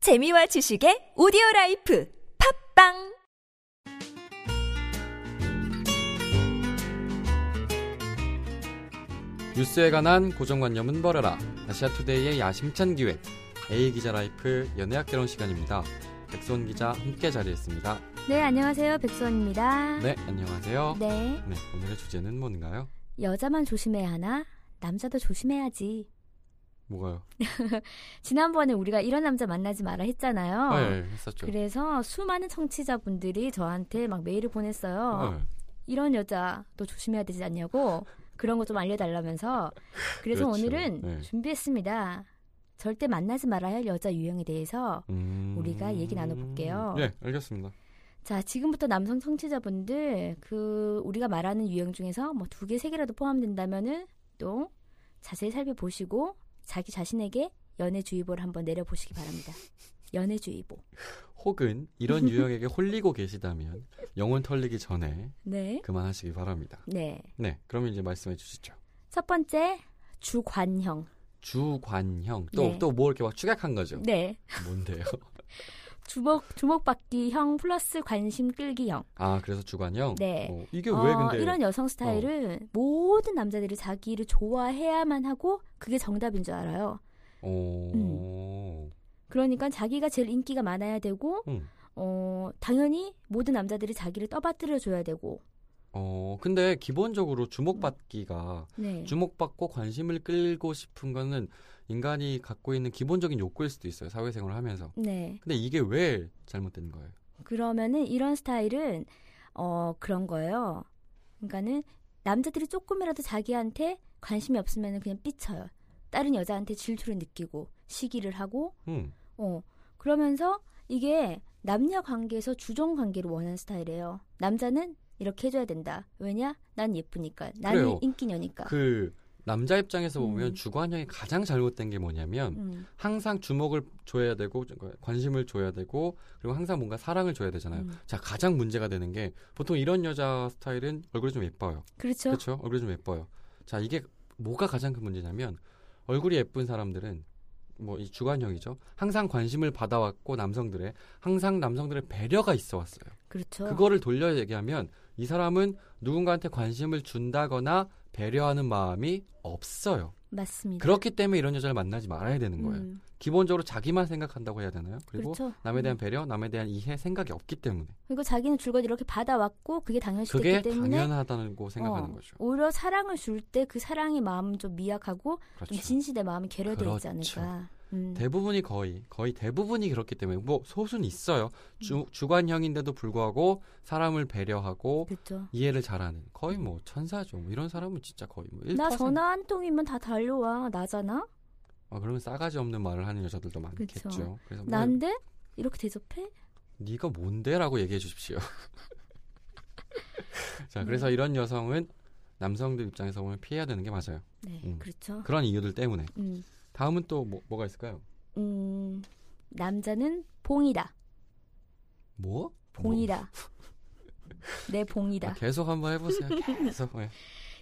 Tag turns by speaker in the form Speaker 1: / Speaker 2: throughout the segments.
Speaker 1: 재미와 지식의 오디오 라이프 팝빵
Speaker 2: 뉴스에 관한 고정관념은 버려라. 아시아투데이의 야심찬 기획. A 기자 라이프 연예학 개론 시간입니다. 백선 기자 함께 자리했습니다.
Speaker 3: 네, 안녕하세요. 백수원입니다.
Speaker 2: 네, 안녕하세요.
Speaker 3: 네.
Speaker 2: 네, 오늘의 주제는 뭔가요?
Speaker 3: 여자만 조심해야 하나? 남자도 조심해야지.
Speaker 2: 뭐가요?
Speaker 3: 지난번에 우리가 이런 남자 만나지 마라 했잖아요.
Speaker 2: 아, 예, 예,
Speaker 3: 어,
Speaker 2: 했었죠.
Speaker 3: 그래서 수많은 청취자분들이 저한테 막 메일을 보냈어요.
Speaker 2: 예.
Speaker 3: 이런 여자 또 조심해야 되지 않냐고 그런 거 좀 알려달라면서. 그래서
Speaker 2: 그렇죠.
Speaker 3: 오늘은
Speaker 2: 네.
Speaker 3: 준비했습니다. 절대 만나지 말아야 할 여자 유형에 대해서
Speaker 2: 음.
Speaker 3: 우리가 얘기 나눠볼게요.
Speaker 2: 네, 알겠습니다.
Speaker 3: 자, 지금부터 남성 청취자분들 그 우리가 말하는 유형 중에서 뭐 두 개, 세 개라도 포함된다면은 또 자세히 살펴보시고 자기 자신에게 연애주의보를 한번 내려보시기 바랍니다. 연애주의보.
Speaker 2: 혹은 이런 유형에게 홀리고 계시다면 영혼 털리기 전에
Speaker 3: 네.
Speaker 2: 그만하시기 바랍니다.
Speaker 3: 네.
Speaker 2: 네, 그러면 이제 말씀해 주시죠.
Speaker 3: 첫 번째 주관형.
Speaker 2: 주관형 또
Speaker 3: 네.
Speaker 2: 또 뭐 이렇게 막 축약한 거죠.
Speaker 3: 네.
Speaker 2: 뭔데요?
Speaker 3: 주목 주목받기형 플러스 관심 끌기형.
Speaker 2: 아, 그래서 주관형.
Speaker 3: 네.
Speaker 2: 어, 이게 왜
Speaker 3: 어,
Speaker 2: 근데 어.
Speaker 3: 이런 여성 스타일은 모든 남자들이 자기를 좋아해야만 하고 그게 정답인 줄 알아요.
Speaker 2: 어.
Speaker 3: 그러니까 자기가 제일 인기가 많아야 되고
Speaker 2: 음.
Speaker 3: 어, 당연히 모든 남자들이 자기를 떠받들어 줘야 되고.
Speaker 2: 어, 근데 기본적으로 주목받기가
Speaker 3: 네.
Speaker 2: 주목받고 관심을 끌고 싶은 거는 인간이 갖고 있는 기본적인 욕구일 수도 있어요. 사회생활을 하면서.
Speaker 3: 네.
Speaker 2: 근데 이게 왜 잘못된 거예요?
Speaker 3: 그러면은 이런 스타일은 어, 그런 거예요. 그러니까는 남자들이 조금이라도 자기한테 관심이 없으면은 그냥 삐쳐요. 다른 여자한테 질투를 느끼고 시기를 하고
Speaker 2: 음.
Speaker 3: 어. 그러면서 이게 남녀 관계에서 주종 관계를 원하는 스타일이에요. 남자는 이렇게 해줘야 된다. 왜냐? 난 예쁘니까. 난
Speaker 2: 그래요.
Speaker 3: 인기녀니까.
Speaker 2: 그 남자 입장에서 보면
Speaker 3: 음.
Speaker 2: 주관형이 가장 잘못된 게 뭐냐면
Speaker 3: 음,
Speaker 2: 항상 주목을 줘야 되고 관심을 줘야 되고 그리고 항상 뭔가 사랑을 줘야 되잖아요.
Speaker 3: 음.
Speaker 2: 자, 가장 문제가 되는 게 보통 이런 여자 스타일은 얼굴이 좀 예뻐요.
Speaker 3: 그렇죠.
Speaker 2: 그렇죠. 얼굴이 좀 예뻐요. 자, 이게 뭐가 가장 큰 문제냐면 얼굴이 예쁜 사람들은 뭐 이 주관형이죠. 항상 관심을 받아왔고 남성들의 항상 남성들의 배려가 있어 왔어요.
Speaker 3: 그렇죠.
Speaker 2: 그거를 돌려 얘기하면 이 사람은 누군가한테 관심을 준다거나 배려하는 마음이 없어요.
Speaker 3: 맞습니다.
Speaker 2: 그렇기 때문에 이런 여자를 만나지 말아야 되는 거예요.
Speaker 3: 음,
Speaker 2: 기본적으로 자기만 생각한다고 해야 되나요? 그리고
Speaker 3: 그렇죠.
Speaker 2: 남에 대한 배려, 남에 대한 이해, 생각이 없기 때문에
Speaker 3: 그리고 자기는 줄곧 이렇게 받아왔고 그게
Speaker 2: 그게
Speaker 3: 당연시됐기 때문에
Speaker 2: 당연하다고 생각하는
Speaker 3: 어,
Speaker 2: 거죠.
Speaker 3: 오히려 사랑을 줄 때 그 사랑의 마음은 좀 미약하고 좀
Speaker 2: 그렇죠.
Speaker 3: 진실의 마음이 결여되어 있지
Speaker 2: 그렇죠.
Speaker 3: 않을까. 음,
Speaker 2: 대부분이 거의 거의 대부분이 그렇기 때문에 뭐 소수는 있어요.
Speaker 3: 음.
Speaker 2: 주, 주관형인데도 불구하고 사람을 배려하고
Speaker 3: 그렇죠.
Speaker 2: 이해를 잘하는 거의 뭐 천사죠. 뭐 이런 사람은 진짜 거의 뭐 1%.
Speaker 3: 나 전화 한 통이면 다 달려와 나잖아.
Speaker 2: 아, 그러면 싸가지 없는 말을 하는 여자들도 많겠죠.
Speaker 3: 그렇죠.
Speaker 2: 그래서 뭐
Speaker 3: 난데 이렇게 대접해?
Speaker 2: 네가 뭔데라고 얘기해 주십시오. 자, 그래서
Speaker 3: 네.
Speaker 2: 이런 여성은 남성들 입장에서 보면 피해야 되는 게 맞아요.
Speaker 3: 네,
Speaker 2: 음.
Speaker 3: 그렇죠.
Speaker 2: 그런 이유들 때문에.
Speaker 3: 음,
Speaker 2: 다음은 또 뭐, 뭐가 있을까요?
Speaker 3: 음, 남자는 봉이다.
Speaker 2: 뭐?
Speaker 3: 봉이다. 내
Speaker 2: 뭐? 아,
Speaker 3: 봉이다.
Speaker 2: 계속 한번 해보세요. 계속. 예.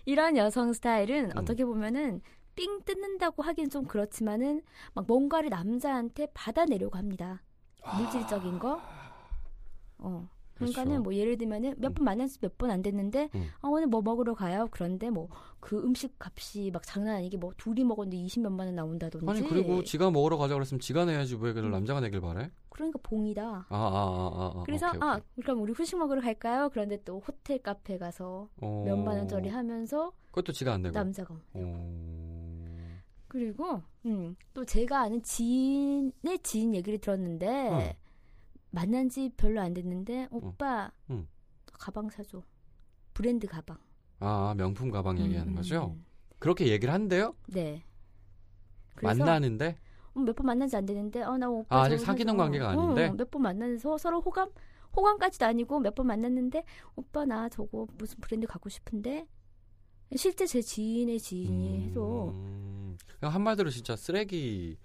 Speaker 3: 이런 여성 스타일은
Speaker 2: 음.
Speaker 3: 어떻게 보면은 삥 뜯는다고 하긴 좀 그렇지만은 막 뭔가를 남자한테 받아내려고 합니다. 물질적인 거. 어. 그러니까는
Speaker 2: 그렇죠.
Speaker 3: 뭐 예를 들면은 몇 번 만났을 몇 번 안 됐는데
Speaker 2: 음.
Speaker 3: 아 오늘 뭐 먹으러 가요. 그런데 뭐 그 음식 값이 막 장난 아니게 뭐 둘이 먹었는데 20몇만 원 나온다든지.
Speaker 2: 아니 그리고 지가 먹으러 가자 그랬으면 지가 내야지 왜
Speaker 3: 음.
Speaker 2: 그걸 남자가 내길 바래?
Speaker 3: 그러니까 봉이다.
Speaker 2: 아 아 아아 아, 아,
Speaker 3: 그래서
Speaker 2: 오케이, 오케이.
Speaker 3: 아 그럼 우리 후식 먹으러 갈까요? 그런데 또 호텔 카페 가서
Speaker 2: 어,
Speaker 3: 몇만 원짜리 하면서
Speaker 2: 그것도 지가 안 내고.
Speaker 3: 남자가
Speaker 2: 어...
Speaker 3: 그리고 음, 또 제가 아는 지인의 지인 얘기를 들었는데
Speaker 2: 어.
Speaker 3: 만난 지 별로 안 됐는데 오빠
Speaker 2: 응.
Speaker 3: 가방 사줘 브랜드 가방
Speaker 2: 아 아, 명품 가방 얘기하는
Speaker 3: 음,
Speaker 2: 거죠?
Speaker 3: 음,
Speaker 2: 그렇게 얘기를 한대요?
Speaker 3: 네 그래서 음,
Speaker 2: 만나는데
Speaker 3: 몇 번 만난지 안 됐는데 어나 오빠
Speaker 2: 아, 아직
Speaker 3: 저거
Speaker 2: 사귀는
Speaker 3: 사줘.
Speaker 2: 관계가 아닌데?
Speaker 3: 어, 몇번 만나서 서로 호감 호감까지도 아니고 몇 번 만났는데 오빠 나 저거 무슨 브랜드 갖고 싶은데 실제 제 지인의 지인이 해서
Speaker 2: 음, 그냥 한마디로 진짜 쓰레기.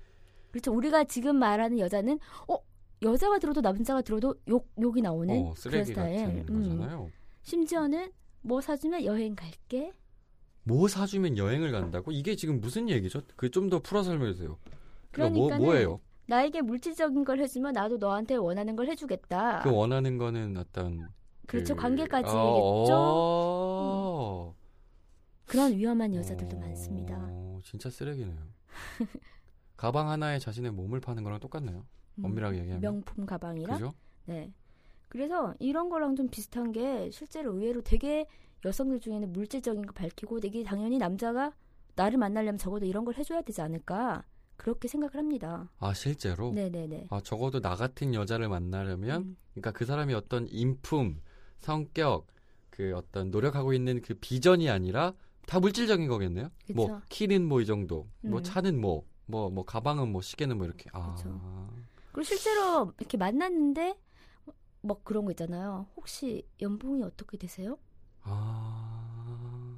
Speaker 3: 그렇죠. 우리가 지금 말하는 여자는 어 여자가 들어도 남자가 들어도 욕 욕이 나오는
Speaker 2: 어,
Speaker 3: 음? 그런
Speaker 2: 쓰레기
Speaker 3: 스타일.
Speaker 2: 같은
Speaker 3: 음.
Speaker 2: 거잖아요.
Speaker 3: 심지어는 뭐 사주면 여행 갈게.
Speaker 2: 뭐 사주면 여행을 간다고? 이게 지금 무슨 얘기죠? 그 좀 더 풀어 설명해 주세요. 그러니까 뭐
Speaker 3: 그러니까는
Speaker 2: 뭐예요?
Speaker 3: 나에게 물질적인 걸 해주면 나도 너한테 원하는 걸 해주겠다.
Speaker 2: 그 원하는 거는 어떤
Speaker 3: 아. 그, 렇죠
Speaker 2: 그-
Speaker 3: 관계까지겠죠. 음.
Speaker 2: 어, 어.
Speaker 3: 그런 위험한 여자들도
Speaker 2: 어,
Speaker 3: 많습니다.
Speaker 2: 진짜 쓰레기네요. 가방 하나에 자신의 몸을 파는 거랑 똑같네요.
Speaker 3: 음,
Speaker 2: 엄밀하게 얘기하면.
Speaker 3: 명품 가방이랑
Speaker 2: 그죠?
Speaker 3: 네. 그래서 이런 거랑 좀 비슷한 게 실제로 의외로 되게 여성들 중에는 물질적인 거 밝히고 되게 당연히 남자가 나를 만나려면 적어도 이런 걸 해줘야 되지 않을까 그렇게 생각을 합니다.
Speaker 2: 아 실제로.
Speaker 3: 네네네. 음.
Speaker 2: 아 적어도 나 같은 여자를 만나려면, 그러니까 그 사람이 어떤 인품, 성격, 그 어떤 노력하고 있는 그 비전이 아니라 다 물질적인 거겠네요.
Speaker 3: 음, 그쵸.
Speaker 2: 뭐 키는 뭐 이 정도, 뭐
Speaker 3: 음.
Speaker 2: 차는 뭐, 뭐 뭐 가방은 뭐 시계는 뭐 이렇게. 아.
Speaker 3: 그쵸. 그리고 실제로 이렇게 만났는데 뭐 그런 거 있잖아요. 혹시 연봉이 어떻게 되세요?
Speaker 2: 아.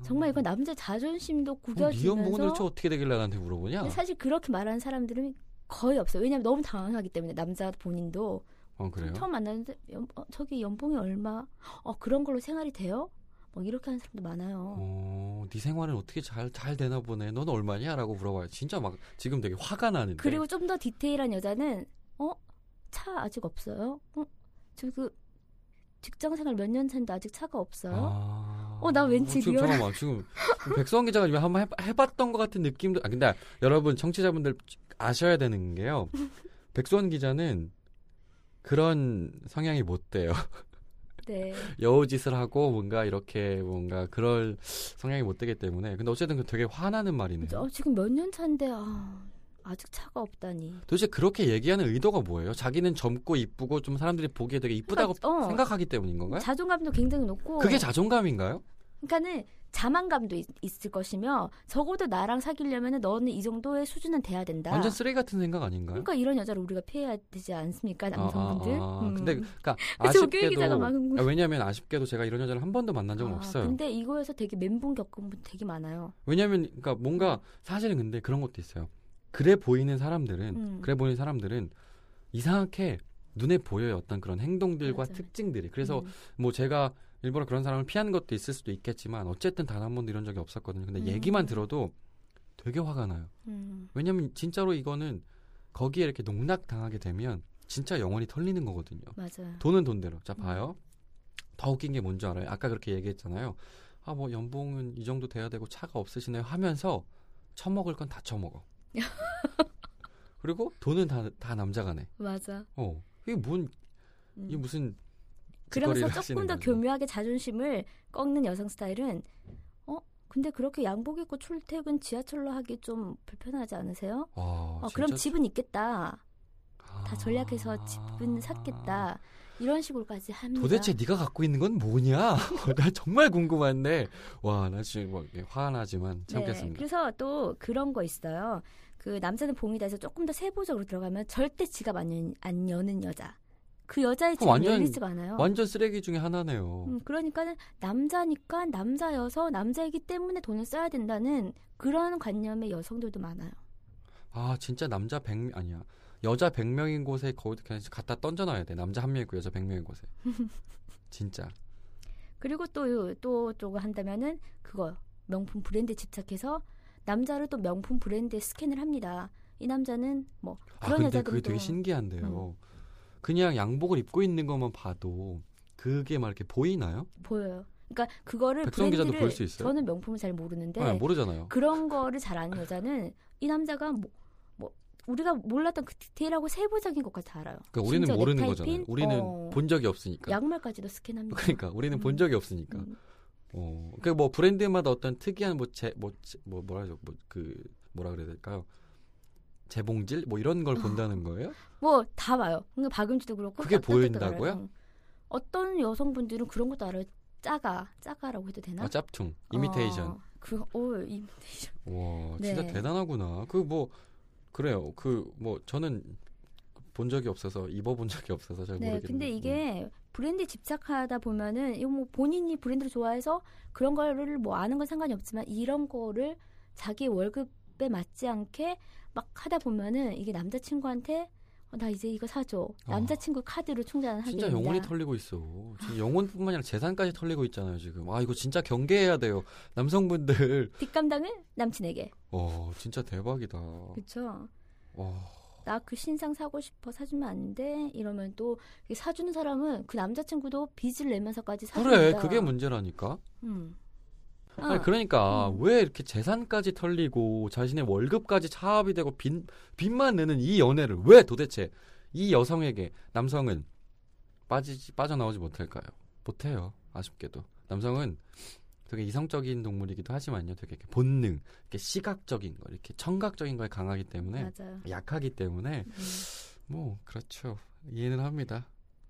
Speaker 3: 정말 이건 남자 자존심도
Speaker 2: 그럼 네 연봉은
Speaker 3: 구겨지면서
Speaker 2: 도대체 어떻게 되길래 나한테 물어보냐?
Speaker 3: 근데 사실 그렇게 말하는 사람들은 거의 없어요. 왜냐면 너무 당황하기 때문에 남자 본인도
Speaker 2: 어 그래요?
Speaker 3: 처음 만났는데 연- 어, 저기 연봉이 얼마? 어 그런 걸로 생활이 돼요? 뭐 이렇게 하는 사람도 많아요.
Speaker 2: 어, 네 생활은 어떻게 잘 잘 되나 보네. 넌 얼마냐?라고 물어봐요. 진짜 막 지금 되게 화가 나는데.
Speaker 3: 그리고 좀 더 디테일한 여자는 어 차 아직 없어요? 어저그 직장 생활 몇 년 차인데 아직 차가 없어요?
Speaker 2: 아.
Speaker 3: 어, 나 왠지
Speaker 2: 지금
Speaker 3: 리얼한-
Speaker 2: 잠깐만 지금 백성 기자가 지금 한번 해봐- 해봤던 것 같은 느낌도. 아 근데 여러분 청취자분들 아셔야 되는 게요. 백수원 기자는 그런 성향이 못 돼요.
Speaker 3: 네.
Speaker 2: 여우짓을 하고 뭔가 이렇게 뭔가 그럴 성향이 못 되기 때문에. 근데 어쨌든 그 되게 화나는 말이네요.
Speaker 3: 어, 지금 몇 년 차인데 아, 아직 차가 없다니.
Speaker 2: 도대체 그렇게 얘기하는 의도가 뭐예요? 자기는 젊고 이쁘고 좀 사람들이 보기에 되게 이쁘다고
Speaker 3: 그러니까, 어.
Speaker 2: 생각하기 때문인 건가요?
Speaker 3: 자존감도 어. 굉장히 높고.
Speaker 2: 그게 자존감인가요?
Speaker 3: 그러니까는 자만감도 있, 있을 것이며 적어도 나랑 사귀려면은 너는 이 정도의 수준은 돼야 된다.
Speaker 2: 완전 쓰레기 같은 생각 아닌가요?
Speaker 3: 그러니까 이런 여자를 우리가 피해야 되지 않습니까 남성분들?
Speaker 2: 아, 아, 아.
Speaker 3: 음.
Speaker 2: 근데 그러니까
Speaker 3: 그래서 웃겨요,
Speaker 2: 아쉽게도
Speaker 3: 기자가 막 흥분-
Speaker 2: 아, 왜냐하면 아쉽게도 제가 이런 여자를 한 번도 만난 적은
Speaker 3: 아,
Speaker 2: 없어요.
Speaker 3: 근데 이거에서 되게 멘붕 겪은 분 되게 많아요.
Speaker 2: 왜냐하면 그러니까 뭔가 사실은 근데 그런 것도 있어요. 그래 보이는 사람들은
Speaker 3: 음.
Speaker 2: 그래 보이는 사람들은 이상하게 눈에 보여요 어떤 그런 행동들과
Speaker 3: 맞아요.
Speaker 2: 특징들이. 그래서
Speaker 3: 음.
Speaker 2: 뭐 제가 일부러 그런 사람을 피하는 것도 있을 수도 있겠지만 어쨌든 단 한 번도 이런 적이 없었거든요. 근데
Speaker 3: 음.
Speaker 2: 얘기만 들어도 되게 화가 나요.
Speaker 3: 음.
Speaker 2: 왜냐면 진짜로 이거는 거기에 이렇게 농락 당하게 되면 진짜 영혼이 털리는 거거든요.
Speaker 3: 맞아요.
Speaker 2: 돈은 돈대로.
Speaker 3: 음.
Speaker 2: 자 봐요. 더 웃긴 게 뭔지 알아요? 아까 그렇게 얘기했잖아요. 아 뭐 연봉은 이 정도 돼야 되고 차가 없으시네요 하면서 처먹을 건 다 처먹어. 그리고 돈은 다, 다 남자가 내.
Speaker 3: 맞아.
Speaker 2: 어. 이게 뭔
Speaker 3: 음.
Speaker 2: 이게 무슨
Speaker 3: 그러면서
Speaker 2: 짓거리를
Speaker 3: 조금
Speaker 2: 하시는
Speaker 3: 더
Speaker 2: 거지.
Speaker 3: 교묘하게 자존심을 꺾는 여성 스타일은 어 근데 그렇게 양복 입고 출퇴근 지하철로 하기 좀 불편하지 않으세요?
Speaker 2: 와,
Speaker 3: 어,
Speaker 2: 아, 진짜
Speaker 3: 그럼 집은 있겠다.
Speaker 2: 아.
Speaker 3: 다 전략해서 집은 샀겠다. 이런 식으로까지 합니다.
Speaker 2: 도대체 네가 갖고 있는 건 뭐냐? 나 정말 궁금한데. 와, 나 지금 막 이렇게 화나지만
Speaker 3: 네,
Speaker 2: 참겠습니다.
Speaker 3: 그래서 또 그런 거 있어요. 그 남자는 봉이다 해서 조금 더 세부적으로 들어가면 절대 지갑 안, 연, 안 여는 여자. 그 여자의
Speaker 2: 그럼
Speaker 3: 지갑
Speaker 2: 완전-
Speaker 3: 열릴 수가 않아요.
Speaker 2: 완전 쓰레기 중에 하나네요.
Speaker 3: 그렇죠. 음, 그러니까는 남자니까 남자여서 남자이기 때문에 돈을 써야 된다는 그런 관념의 여성들도 많아요.
Speaker 2: 아, 진짜 남자 100명 아니야. 여자 100명인 곳에 거의 그냥 갖다 던져 놔야 돼. 남자 한 명 있고 여자 100명인 곳에. 진짜.
Speaker 3: 그리고 또또 저거 한다면은 그거 명품 브랜드에 집착해서 남자를 또 명품 브랜드에 스캔을 합니다. 이 남자는 뭐
Speaker 2: 아,
Speaker 3: 그런
Speaker 2: 근데
Speaker 3: 여자들도 음.
Speaker 2: 그게 되게 신기한데요. 그냥 양복을 입고 있는 것만 봐도 그게 막 이렇게 보이나요?
Speaker 3: 보여요. 그러니까 그거를
Speaker 2: 백성 기자도
Speaker 3: 브랜드를
Speaker 2: 볼 수 있어요?
Speaker 3: 저는 명품을 잘 모르는데
Speaker 2: 아, 모르잖아요.
Speaker 3: 그런 거를 잘 아는 여자는 이 남자가 뭐, 뭐 우리가 몰랐던 그 디테일하고 세부적인 것까지 다 알아요.
Speaker 2: 그러니까 우리는
Speaker 3: 심지어
Speaker 2: 모르는
Speaker 3: 넥타이
Speaker 2: 거잖아요.
Speaker 3: 핀?
Speaker 2: 우리는
Speaker 3: 어,
Speaker 2: 본 적이 없으니까.
Speaker 3: 양말까지도 스캔합니다.
Speaker 2: 그러니까 우리는
Speaker 3: 음.
Speaker 2: 본 적이 없으니까.
Speaker 3: 음,
Speaker 2: 어. 그러니까 뭐 브랜드마다 어떤 특이한 뭐제뭐 뭐, 제- 뭐 뭐라 그러죠? 뭐그 뭐라 그래야 될까요? 재봉질 뭐 이런
Speaker 3: 아.
Speaker 2: 걸 본다는 거예요?
Speaker 3: 뭐다 봐요. 그러니까 박음질도 그렇고
Speaker 2: 그게
Speaker 3: 깍깍깍 알아요.
Speaker 2: 보인다고요?
Speaker 3: 응. 어떤 여성분들은 그런 것도 알아요. 짜가 짜가라고 해도 되나?
Speaker 2: 아, 짭퉁, 이미테이션.
Speaker 3: 어, 그, 오, 이미테이션.
Speaker 2: 와, 진짜
Speaker 3: 네.
Speaker 2: 대단하구나. 그 뭐 그래요. 그 뭐 저는 본 적이 없어서 입어본 적이 없어서 잘 음.
Speaker 3: 네,
Speaker 2: 모르겠는데.
Speaker 3: 근데 이게 브랜드에 집착하다 보면은 이거 뭐 본인이 브랜드를 좋아해서 그런 거를 뭐 아는 건 상관이 없지만 이런 거를 자기 월급에 맞지 않게 막 하다 보면은 이게 남자친구한테 어, 나 이제 이거 사줘 남자친구 카드로 충전을
Speaker 2: 음.
Speaker 3: 하게
Speaker 2: 아. 진짜
Speaker 3: 됩니다.
Speaker 2: 영혼이 털리고 있어. 지금 영혼뿐만 아니라 재산까지 털리고 있잖아요, 지금. 아, 이거 진짜 경계해야 돼요. 남성분들.
Speaker 3: 뒷감당을 남친에게 그
Speaker 2: 어, 진짜 대박이다.
Speaker 3: 그렇죠.
Speaker 2: 어.
Speaker 3: 나 그 신상 사고 싶어 사주면 안 돼? 이러면 또 이게 사주는 사람은 그 남자친구도 빚을 내면서까지 사준다.
Speaker 2: 그래, 그게 문제라니까.
Speaker 3: 음.
Speaker 2: 아니,
Speaker 3: 어,
Speaker 2: 그러니까
Speaker 3: 음.
Speaker 2: 왜 이렇게 재산까지 털리고 자신의 월급까지 차압이 되고 빚, 빚만 내는 이 연애를 왜 도대체 이 여성에게 남성은 빠지지 빠져나오지 못할까요? 못해요. 아쉽게도 남성은 되게 이성적인 동물이기도 하지만요, 되게 이렇게 본능, 이렇게 시각적인 거, 이렇게 청각적인 거에 강하기 때문에
Speaker 3: 맞아요.
Speaker 2: 약하기 때문에
Speaker 3: 음.
Speaker 2: 뭐 그렇죠. 이해는 합니다.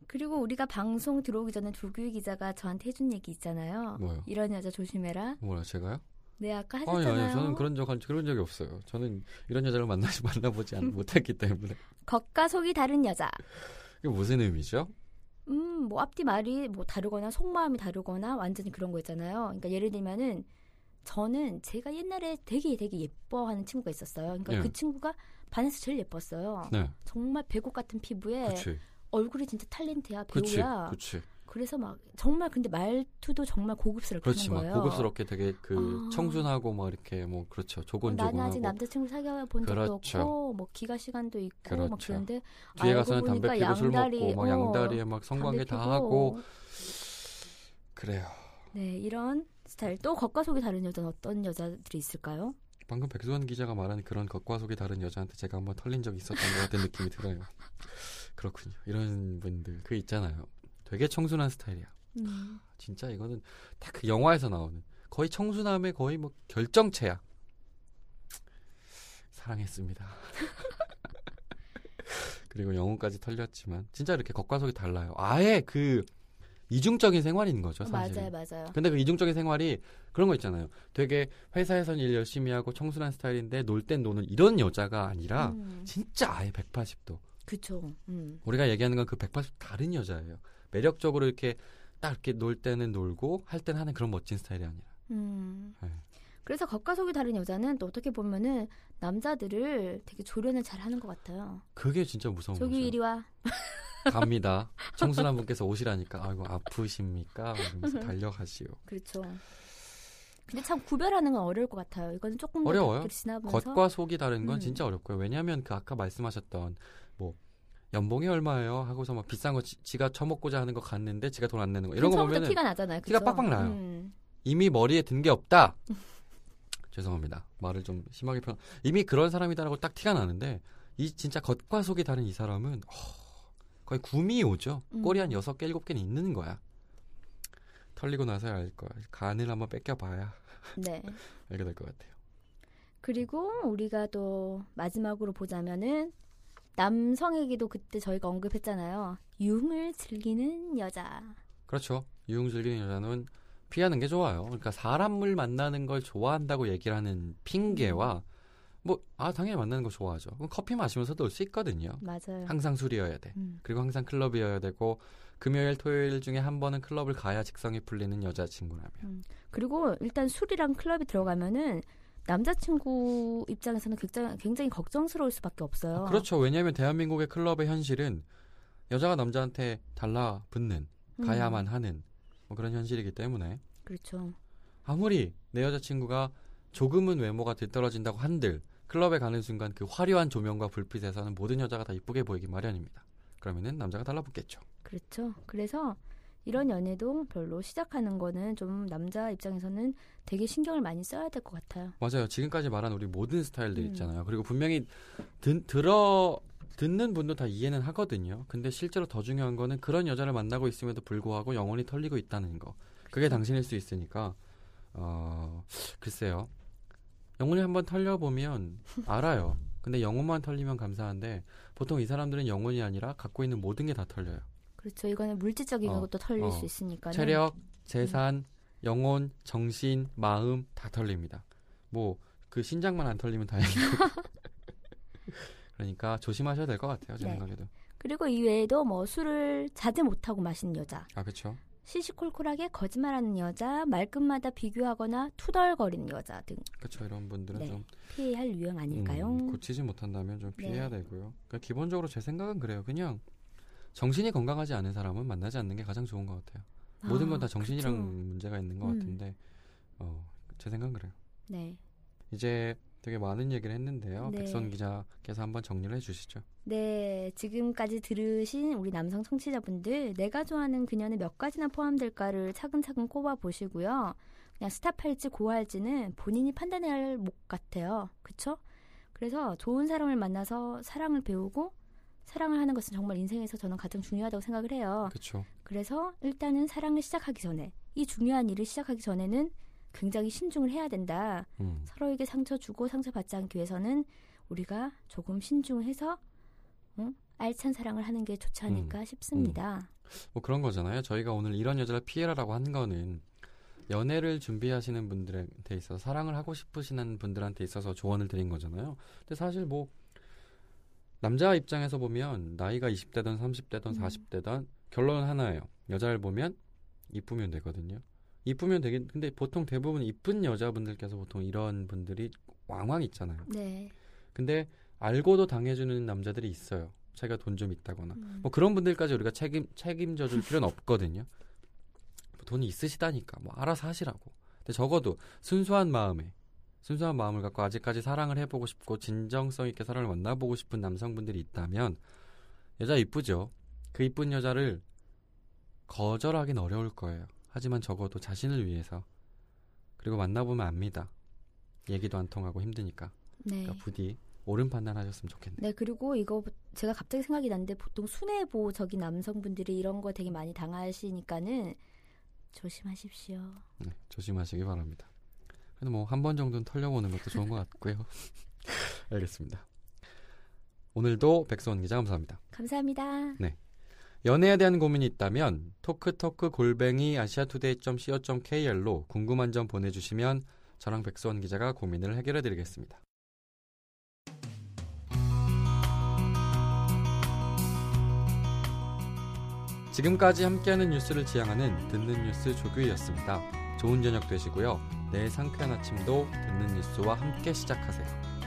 Speaker 3: 그리고 우리가 방송 들어오기 전에 조규희 기자가 저한테 해준 얘기 있잖아요.
Speaker 2: 뭐요?
Speaker 3: 이런 여자 조심해라.
Speaker 2: 뭐라 제가요?
Speaker 3: 네 아까
Speaker 2: 아니
Speaker 3: 하셨잖아요.
Speaker 2: 아니 예, 저는 그런 적 그런 적이 없어요. 저는 이런 여자를 만나지 만나보지 않, 못했기 때문에
Speaker 3: 겉과 속이 다른 여자.
Speaker 2: 이게 무슨 의미죠?
Speaker 3: 음, 뭐 앞뒤 말이 뭐 다르거나 속마음이 다르거나 완전히 그런 거 있잖아요. 그러니까 예를 들면은 저는 제가 옛날에 되게 되게 예뻐하는 친구가 있었어요. 그러니까
Speaker 2: 예.
Speaker 3: 그 친구가 반에서 제일 예뻤어요.
Speaker 2: 네,
Speaker 3: 정말 배꼽 같은 피부에
Speaker 2: 그렇지,
Speaker 3: 얼굴이 진짜 탤런트야
Speaker 2: 그렇지,
Speaker 3: 네. 배우야.
Speaker 2: 그렇지,
Speaker 3: 그래서막 정말 근데 말투도 정말 고급스럽게
Speaker 2: 그렇지
Speaker 3: 하는
Speaker 2: 막
Speaker 3: 거예요.
Speaker 2: 고급스럽게 되게 그
Speaker 3: 아.
Speaker 2: 청순하고 막 이렇게 뭐 그렇죠
Speaker 3: 어, 나는 아직
Speaker 2: 조곤조곤하고
Speaker 3: 남자친구 사귀어 본 적도
Speaker 2: 그렇죠.
Speaker 3: 없고 뭐 기가 시간도 있고 막
Speaker 2: 그렇죠.
Speaker 3: 그런데
Speaker 2: 뒤에
Speaker 3: 알고
Speaker 2: 가서는 담배 피고
Speaker 3: 보니까
Speaker 2: 술 먹고
Speaker 3: 양다리,
Speaker 2: 막
Speaker 3: 어,
Speaker 2: 양다리에 막
Speaker 3: 담배
Speaker 2: 성관계 다
Speaker 3: 피고
Speaker 2: 하고 그래요.
Speaker 3: 네, 이런 스타일. 또 겉과 속이 다른 여자는 어떤 여자들이 있을까요?
Speaker 2: 방금 백수원 기자가 말한 그런 겉과 속이 다른 여자한테 제가 한번 털린 적이 있었던 것 같은 느낌이 들어요. 그렇군요. 이런 분들 그 있잖아요. 되게 청순한 스타일이야. 진짜 이거는 딱 그 영화에서 나오는 거의 청순함의 거의 뭐 결정체야. 사랑했습니다. 그리고 영혼까지 털렸지만 진짜 이렇게 겉과 속이 달라요. 아예 그 이중적인 생활인 거죠,
Speaker 3: 어,
Speaker 2: 사실.
Speaker 3: 맞아요, 맞아요.
Speaker 2: 근데 그 이중적인 생활이 그런 거 있잖아요. 되게 회사에선 일 열심히 하고 청순한 스타일인데 놀 땐 노는 이런 여자가 아니라
Speaker 3: 음,
Speaker 2: 진짜 아예 180도.
Speaker 3: 그쵸. 음.
Speaker 2: 우리가 얘기하는 건 그 180 다른 여자예요. 매력적으로 이렇게 딱 이렇게 놀 때는 놀고 할 때는 하는 그런 멋진 스타일이 아니라.
Speaker 3: 음.
Speaker 2: 네.
Speaker 3: 그래서 겉과 속이 다른 여자는 또 어떻게 보면은 남자들을 되게 조련을 잘 하는 것 같아요.
Speaker 2: 그게 진짜 무서운 거죠.
Speaker 3: 조규 이리 와.
Speaker 2: 갑니다. 청순한 분께서 오시라니까 아이고 아프십니까? 이러면서 달려가시오.
Speaker 3: 그렇죠. 근데 참 구별하는 건 어려울 것 같아요. 이거는 조금 더
Speaker 2: 어려워요.
Speaker 3: 댓글 지나보면서
Speaker 2: 겉과 속이 다른 건
Speaker 3: 음.
Speaker 2: 진짜 어렵고요. 왜냐하면 그 아까 말씀하셨던 뭐 연봉이 얼마예요 하고서 막 비싼 거 지, 가 처먹고자 하는 거 갔는데 지가 돈 안 내는 거 이런 거
Speaker 3: 처음부터
Speaker 2: 보면은
Speaker 3: 티가 나잖아요.
Speaker 2: 티가
Speaker 3: 그쵸?
Speaker 2: 빡빡 나요.
Speaker 3: 음.
Speaker 2: 이미 머리에 든 게 없다. 죄송합니다. 말을 좀 심하게 표현. 이미 그런 사람이다라고 딱 티가 나는데 이 진짜 겉과 속이 다른 이 사람은 허, 거의 구미 오죠.
Speaker 3: 음.
Speaker 2: 꼬리 한 여섯 개 일곱 개는 있는 거야. 털리고 나서야 알 거야. 간을 한번 뺏겨봐야
Speaker 3: 네.
Speaker 2: 알게 될 것 같아요.
Speaker 3: 그리고 우리가 또 마지막으로 보자면은 남성에게도 그때 저희가 언급했잖아요. 융을 즐기는 여자.
Speaker 2: 그렇죠. 유흥 즐기는 여자는 피하는 게 좋아요. 그러니까 사람을 만나는 걸 좋아한다고 얘기를 하는 핑계와 뭐 아 당연히 만나는 거 좋아하죠. 그럼 커피 마시면서 놀 수 있거든요.
Speaker 3: 맞아요.
Speaker 2: 항상 술이어야 돼.
Speaker 3: 음.
Speaker 2: 그리고 항상 클럽이어야 되고 금요일 토요일 중에 한 번은 클럽을 가야 직성이 풀리는 여자친구라면
Speaker 3: 그리고 일단 술이랑 클럽이 들어가면은 남자친구 입장에서는 굉장히, 굉장히 걱정스러울 수밖에 없어요.
Speaker 2: 그렇죠 왜냐하면 대한민국의 클럽의 현실은 여자가 남자한테 달라붙는
Speaker 3: 음,
Speaker 2: 가야만 하는 뭐 그런 현실이기 때문에
Speaker 3: 그렇죠.
Speaker 2: 아무리 내 여자친구가 조금은 외모가 뒤떨어진다고 한들 클럽에 가는 순간 그 화려한 조명과 불빛에서는 모든 여자가 다 이쁘게 보이기 마련입니다 그러면은 남자가 달라붙겠죠
Speaker 3: 그렇죠. 그래서 이런 연애도 별로 시작하는 거는 좀 남자 입장에서는 되게 신경을 많이 써야 될 것 같아요.
Speaker 2: 맞아요. 지금까지 말한 우리 모든 스타일들
Speaker 3: 음.
Speaker 2: 있잖아요. 그리고 분명히 듣, 들어 듣는 분도 다 이해는 하거든요. 근데 실제로 더 중요한 거는 그런 여자를 만나고 있음에도 불구하고 영혼이 털리고 있다는 거. 그게 당신일 수 있으니까 어 글쎄요. 영혼이 한번 털려 보면 알아요. 근데 영혼만 털리면 감사한데 보통 이 사람들은 영혼이 아니라 갖고 있는 모든 게 다 털려요.
Speaker 3: 그렇죠. 이거는 물질적인
Speaker 2: 어,
Speaker 3: 것도 털릴
Speaker 2: 어.
Speaker 3: 수 있으니까.
Speaker 2: 체력,
Speaker 3: 음.
Speaker 2: 재산, 영혼, 정신, 마음 다 털립니다. 뭐 그 신장만 안 털리면 다행이고. 그러니까 조심하셔야 될 것 같아요. 제
Speaker 3: 네.
Speaker 2: 생각에도.
Speaker 3: 그리고 이외에도 뭐 술을 자제 못하고 마시는 여자,
Speaker 2: 아 그렇죠.
Speaker 3: 시시콜콜하게 거짓말하는 여자, 말끝마다 비교하거나 투덜거리는 여자 등
Speaker 2: 그렇죠. 이런 분들은
Speaker 3: 네,
Speaker 2: 좀
Speaker 3: 피해야 할 유형
Speaker 2: 음,
Speaker 3: 아닐까요?
Speaker 2: 고치지 못한다면 좀
Speaker 3: 네.
Speaker 2: 피해야 되고요. 그러니까 기본적으로 제 생각은 그래요. 그냥 정신이 건강하지 않은 사람은 만나지 않는 게 가장 좋은 것 같아요. 그 모든
Speaker 3: 아,
Speaker 2: 건 다 정신이랑
Speaker 3: 그쵸.
Speaker 2: 문제가 있는 것
Speaker 3: 음.
Speaker 2: 같은데 어, 제 생각은 그래요.
Speaker 3: 네.
Speaker 2: 이제 되게 많은 얘기를 했는데요.
Speaker 3: 네.
Speaker 2: 백선 기자께서 한번 정리를 해주시죠.
Speaker 3: 네, 지금까지 들으신 우리 남성 청취자분들, 내가 좋아하는 그녀는 몇 가지나 포함될까를 차근차근 꼽아 보시고요. 그냥 스탑할지 고할지는 본인이 판단해야 할 목 같아요. 그쵸? 그래서 좋은 사람을 만나서 사랑을 배우고 사랑을 하는 것은 정말 인생에서 저는 가장 중요하다고 생각을 해요.
Speaker 2: 그렇죠.
Speaker 3: 그래서 일단은 사랑을 시작하기 전에, 이 중요한 일을 시작하기 전에는 굉장히 신중을 해야 된다.
Speaker 2: 음.
Speaker 3: 서로에게 상처 주고 상처 받지 않기 위해서는 우리가 조금 신중해서 응? 알찬 사랑을 하는 게 좋지
Speaker 2: 음.
Speaker 3: 않을까 싶습니다.
Speaker 2: 뭐 그런 거잖아요. 저희가 오늘 이런 여자를 피해라라고 한 거는 연애를 준비하시는 분들한테 있어서 사랑을 하고 싶으시는 분들한테 있어서 조언을 드린 거잖아요. 근데 사실 뭐 남자 입장에서 보면 나이가 20대든 30대든
Speaker 3: 음.
Speaker 2: 40대든 결론은 하나예요. 여자를 보면 이쁘면 되거든요. 이쁘면 되긴 근데 보통 대부분 이쁜 여자분들께서 보통 이런 분들이 왕왕 있잖아요.
Speaker 3: 네.
Speaker 2: 근데 알고도 당해주는 남자들이 있어요. 자기가 돈 좀 있다거나
Speaker 3: 음.
Speaker 2: 뭐 그런 분들까지 우리가 책임 책임져 줄 필요는 없거든요. 뭐 돈이 있으시다니까 뭐 알아서 하시라고. 근데 적어도 순수한 마음에 순수한 마음을 갖고 아직까지 사랑을 해보고 싶고 진정성 있게 사람을 만나보고 싶은 남성분들이 있다면 여자 이쁘죠. 그 이쁜 여자를 거절하긴 어려울 거예요. 하지만 적어도 자신을 위해서 그리고 만나보면 압니다. 얘기도 안 통하고 힘드니까
Speaker 3: 네.
Speaker 2: 그러니까 부디 옳은 판단하셨으면 좋겠네요.
Speaker 3: 네, 그리고 이거 제가 갑자기 생각이 났는데 보통 순애보적인 남성분들이 이런 거 되게 많이 당하시니까는 조심하십시오.
Speaker 2: 네, 조심하시기 바랍니다. 그래도 뭐 한 번 정도는 털려보는 것도 좋은 것 같고요. 알겠습니다. 오늘도 백수원 기자 감사합니다.
Speaker 3: 감사합니다.
Speaker 2: 연애에 대한 고민이 있다면 토크토크 골뱅이 아시아투데이.co.kr로 궁금한 점 보내주시면 저랑 백수원 기자가 고민을 해결해드리겠습니다. 지금까지 함께하는 뉴스를 지향하는 듣는 뉴스 조규희였습니다. 좋은 저녁 되시고요. 내일 상쾌한 아침도 듣는 뉴스와 함께 시작하세요.